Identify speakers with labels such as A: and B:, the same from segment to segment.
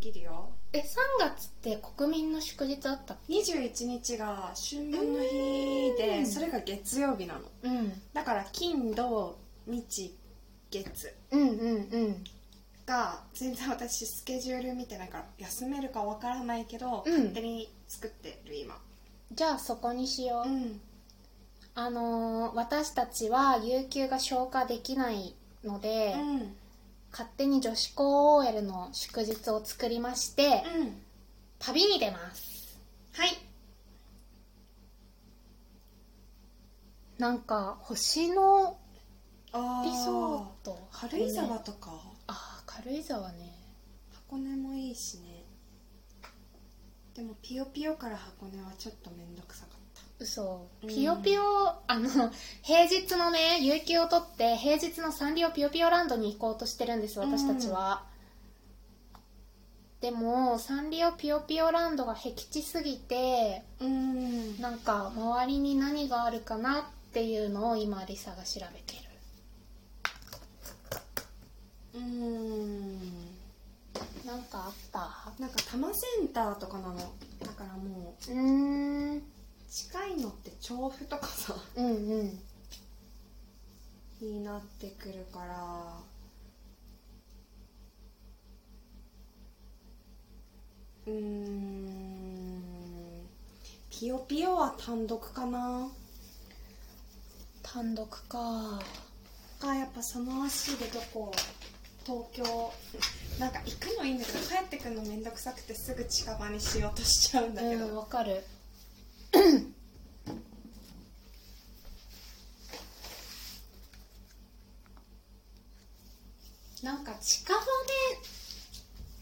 A: きるよ
B: え3月って国民の祝日あったっ
A: 21日が春分の日
B: う
A: で
B: ん
A: それが月曜日なの
B: けうん
A: だから金土日月
B: うんうんうん
A: が全然私スケジュール見てないから休めるかわからないけど、
B: うん
A: 勝手に作ってる今
B: じゃあそこにしよう、
A: ん
B: あのー私たちは有給が消化できないので、
A: うん
B: 勝手に女子高 OL の祝日を作りまして、
A: うん
B: 旅に出ます
A: はい
B: なんか星の
A: あ
B: リ
A: ー
B: ゾート
A: 軽井沢
B: ね
A: とか
B: あー軽井沢ね
A: 箱根もいいしねでもピヨピヨから箱根はちょっと面倒くさかった
B: 嘘
A: うん
B: ピヨピヨ、あの平日のね有給を取って平日のサンリオピヨピヨランドに行こうとしてるんです私たちは、でもサンリオピヨピヨランドが僻地すぎて
A: うん
B: なんか周りに何があるかなっていうのを今リサが調べてる
A: うん
B: なんかあった
A: なんか多摩センターとかなのだからもう
B: うーんうん
A: 近いのって調布とかさ
B: うん
A: になってくるからうーんピヨピヨは単独かな
B: 単独か
A: がやっぱその足でどこ東京 なんか行くのいいんだけど帰ってくるのめんどくさくてすぐ近場にしようとしちゃうんだ
B: う
A: け
B: ん
A: ど、
B: わかるなんか近場で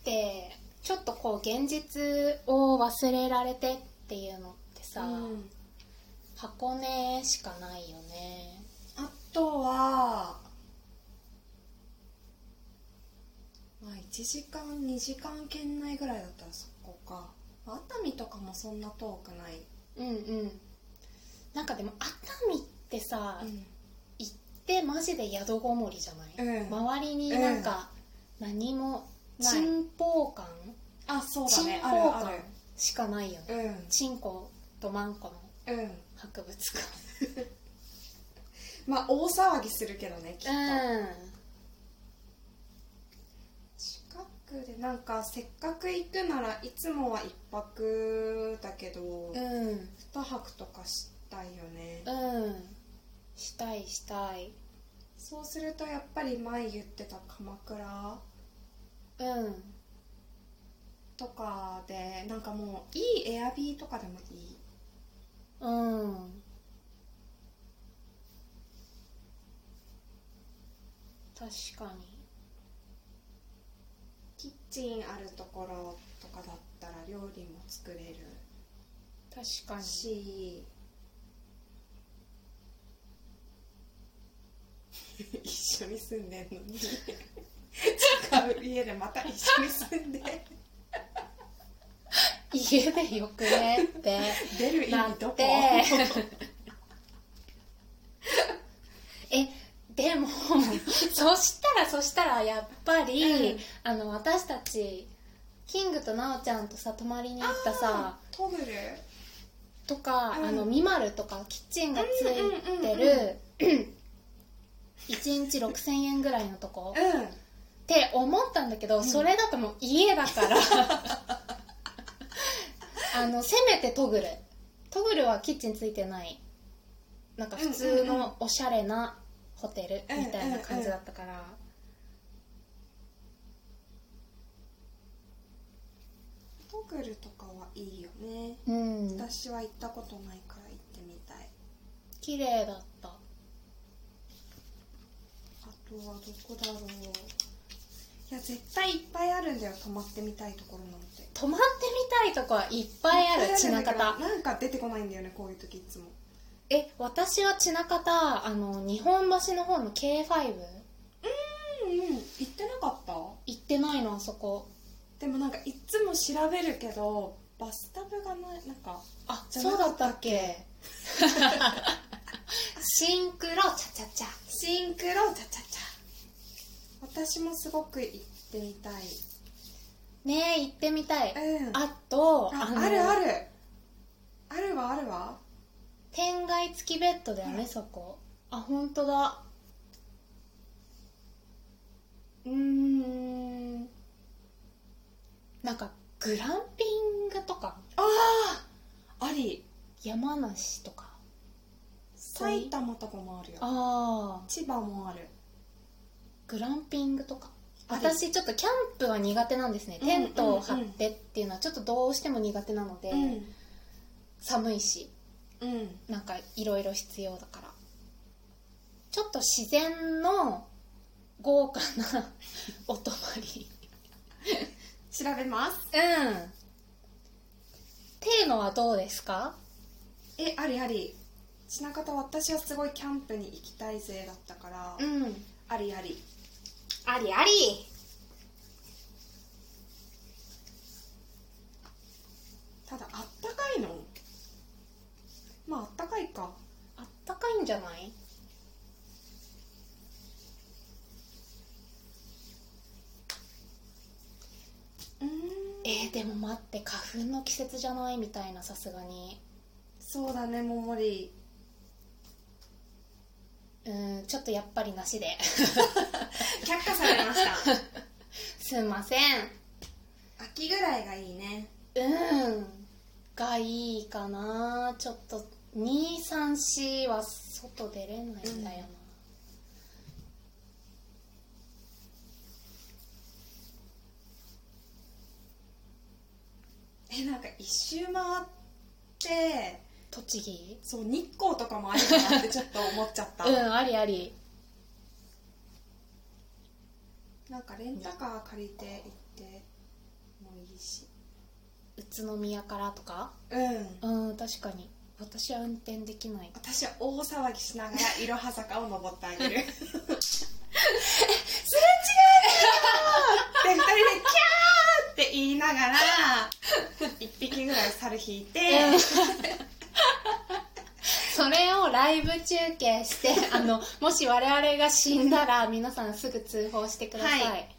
B: ってちょっとこう現実を忘れられてっていうのってさ、
A: うん
B: 箱根しかないよね
A: あとはまあ1時間2時間圏内ぐらいだったらそこか熱海とかもそんな遠くない、
B: うんうんなんかでも熱海ってさ、
A: うん
B: 行ってマジで宿ごもりじゃない、
A: うん
B: 周りになんか何も
A: ない
B: 沈香感
A: あそうだ
B: 沈
A: ね
B: 香
A: あるあ
B: 感
A: る
B: しかないよね
A: う
B: 沈香とマンコの
A: んうん
B: 博物館
A: まあ大騒ぎするけどねきっと、近くでなんかせっかく行くならいつもは1泊だけど、
B: うんうん
A: 2泊とかしたいよね、
B: うんしたいしたい
A: そうするとやっぱり前言ってた鎌倉
B: うん
A: とかでなんかもういいエアビーとかでもいい
B: うん確かに
A: キッチンあるところとかだったら料理も作れる
B: 確かに
A: し 一緒に住んでんのに違う家でまた一緒に住んで
B: 家でよくねって
A: 出る意
B: な
A: 味
B: ん
A: どこ
B: て えでもそしたらそしたらやっぱり、
A: うん
B: あの私たちキングと奈緒ちゃんとさ泊まりに行ったさ
A: トグル
B: とか、
A: うん
B: あのミマルとかキッチンがついて
A: うんうんうん
B: る1日6000円ぐらいのとこ
A: うん
B: って思ったんだけど、それだともう家だから あのせめてトグルトグルはキッチンついてないなんか普通
A: うんうんうん
B: のおしゃれなホテルみたいな感じだったから、
A: トグルとかはいいよね
B: うん
A: 私は行ったことないから行ってみたい
B: 綺麗だった
A: あとはどこだろういや絶対いっぱいあるんだよ泊まってみたいところなんて
B: 泊まってみたいとこはいっぱいあ
A: いっ
B: る
A: ぱい
B: ち
A: ん
B: な
A: だけ
B: か
A: ど
B: た
A: なんか出てこないんだよねこういう時いつも
B: え私はちなかたあの日本橋の方の K5
A: うんうん行ってなかった
B: 行ってないのあそこ
A: でもなんかいつも調べるけどバスタブがないなんか
B: あ
A: じゃな
B: そう
A: か
B: だ
A: っ
B: ったた
A: っ
B: っけ シンクロチャチャチャ
A: シンクロチャチャチャ私もすごく行ってみたい
B: ねえ行ってみたい、
A: うん
B: あと
A: あ
B: の
A: あるあるあるわあるわ
B: 天蓋付きベッドだよね、
A: うん
B: そこあ本当だ
A: うーん
B: なんかグランピングとか
A: あああり
B: 山梨とか
A: 埼玉とかもあるよ
B: ああ
A: 千葉もある
B: グランピングとか
A: あり
B: 私ちょっとキャンプは苦手なんですね
A: うんうんうん
B: テントを張ってっていうのはちょっとどうしても苦手なので、
A: うん
B: 寒いし
A: うん
B: なんかいろいろ必要だからちょっと自然の豪華なお泊まり
A: 調べます
B: うんテーマはどうですか
A: えありありちなかた私はすごいキャンプに行きたい勢だったから
B: ん
A: ありあり
B: ありあり
A: ただあったかいのまああったかいか
B: あったかいんじゃない
A: うーん
B: えー、でも待って花粉の季節じゃないみたいなさすがに
A: そうだねももり
B: うんちょっとやっぱりなしで
A: 却下されま した
B: すんません
A: 秋ぐらいがいいね
B: うんがいいかなちょっと234は外出れないんだよな、
A: えなんか一周回って
B: 栃木
A: そう日光とかもあるかなってちょっと思っちゃっ た、
B: うんありあり
A: なんかレンタカー借りて行ってもいいし
B: 宇都宮からとか
A: うん
B: うん確かに私は運転できない
A: 私は大騒ぎしながらいろは坂を登ってあげる えすれ違うよって二人でキャーって言いながら一匹ぐらい猿引いて、
B: それをライブ中継してあのもし我々が死んだら皆さんすぐ通報してください、
A: はい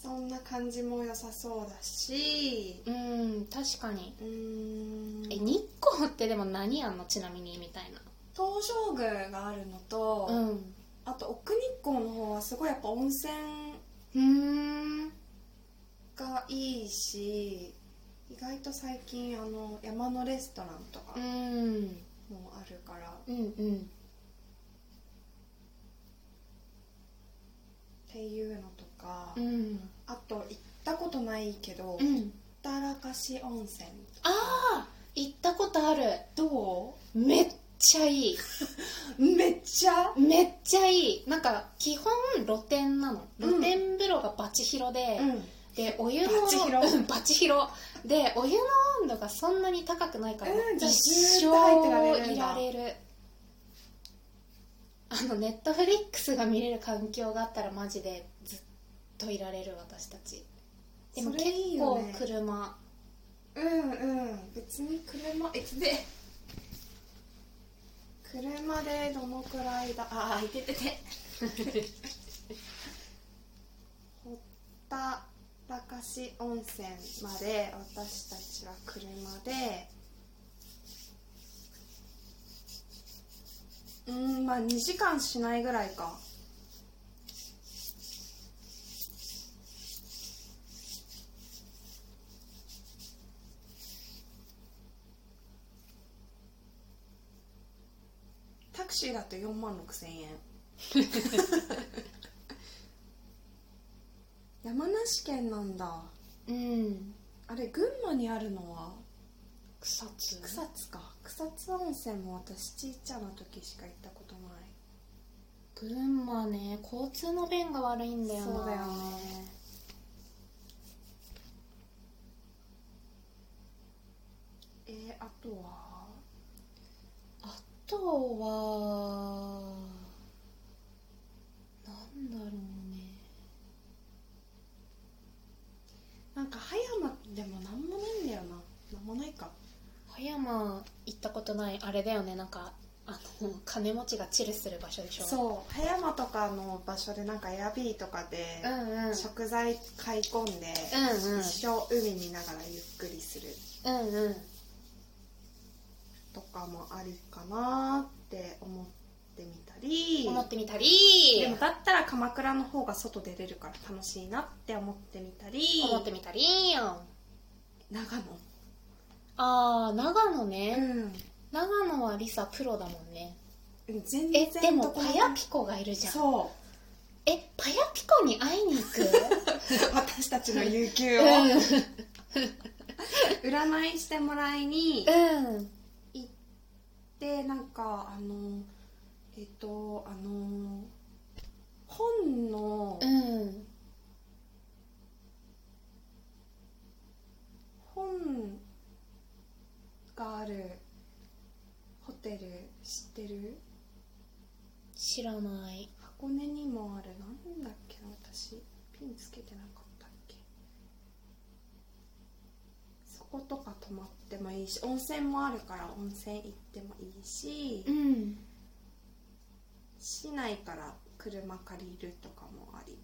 A: そんな感じも良さそうだし
B: うん確かに
A: うーん
B: え日光ってでも何やんのちなみにみたいな
A: 東照宮があるのと、
B: うん
A: あと奥日光の方はすごいやっぱ温泉
B: うーん
A: がいいし意外と最近あの山のレストランとか
B: うん
A: もあるから、っ
B: うんうん
A: ていうのとか、
B: うん
A: あと行ったことないけど、ほ
B: う
A: っ
B: ん
A: たらかし温泉
B: ああ行ったことある
A: ど
B: めっちゃいいう
A: めっちゃ
B: めっちゃいいなんか基本露天なの
A: うん
B: 露天風呂がバチ広で、
A: うん
B: でお湯の
A: バチ広
B: うんバチ広でお湯の温度がそんなに高くないから、
A: うんじゃあ
B: 一
A: ず
B: 生
A: ーっと入ってられるん
B: い
A: だ
B: られるあのネットフリックスが見れる環境があったらマジでずっといられる私たちでも
A: そ
B: 結
A: れいいよ
B: 構
A: ね
B: 車
A: うんうん別に車えで車でどのくらいだああいてててほったらかし温泉まで私たちは車でうんまあ2時間しないぐらいかタクシーだと4万6千円 山梨県なんだ
B: うん
A: あれ群馬にあるのは
B: 草津
A: 草津か草津温泉も私ちいちゃな時しか行ったことな
B: 群馬ね交通の便が悪いんだ
A: い
B: よな
A: そうだよねえー、あとは
B: あとはなんだろうね
A: なんか葉山でもなんもないんだよななんもないか
B: 葉山行ったことないあれだよねなんかあのもう金持ちがチルする場所でしょ
A: そう葉山とかの場所でなんかエアビーとかで
B: うんうんうん
A: 食材買い込んで、
B: うん
A: 一生海見ながらゆっくりする
B: うんうん
A: とかもありかなって思ってみたり
B: 思ってみたり
A: でもだったら鎌倉の方が外出れるから楽しいなって思ってみたり
B: 思ってみたり
A: 長野
B: あー長野
A: う
B: ね、
A: ん
B: 長野はリサプロだもんね
A: 全
B: え
A: 然
B: でも
A: どこ
B: パヤピコがいるじゃん
A: そ
B: えパヤピコに会いに行く
A: う私たちの有給を
B: う
A: 占いしてもらいに
B: んうん
A: でなんかあのえっとあの本の、
B: うん
A: 本があるホテル知ってる
B: 知らない
A: 箱根にもあるなんだっけな私ピンつけてなかったっけそことか泊まってもいいし温泉もあるから温泉行ってもいいし
B: ん
A: 市内から車借りるとかもあり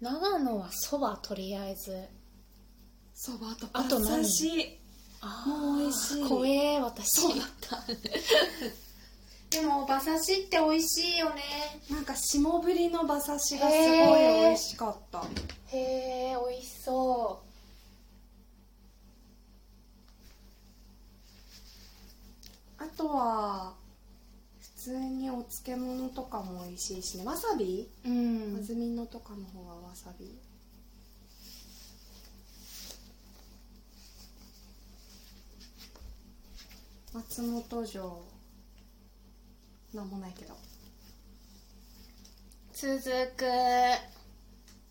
B: 長野はそばとりあえず
A: そばと
B: あと何
A: 優しい
B: あー
A: もう美味しい
B: 怖え私
A: そうだった
B: でも馬刺しって美味しいよね
A: なんか霜降りの馬刺しがすごい
B: へー
A: 美味しかった
B: へえ美味しそう
A: あとは普通にお漬物とかも美味しいしねわさび
B: うん
A: 安曇野とかの方はわさび松本城なんもないけど
B: 続く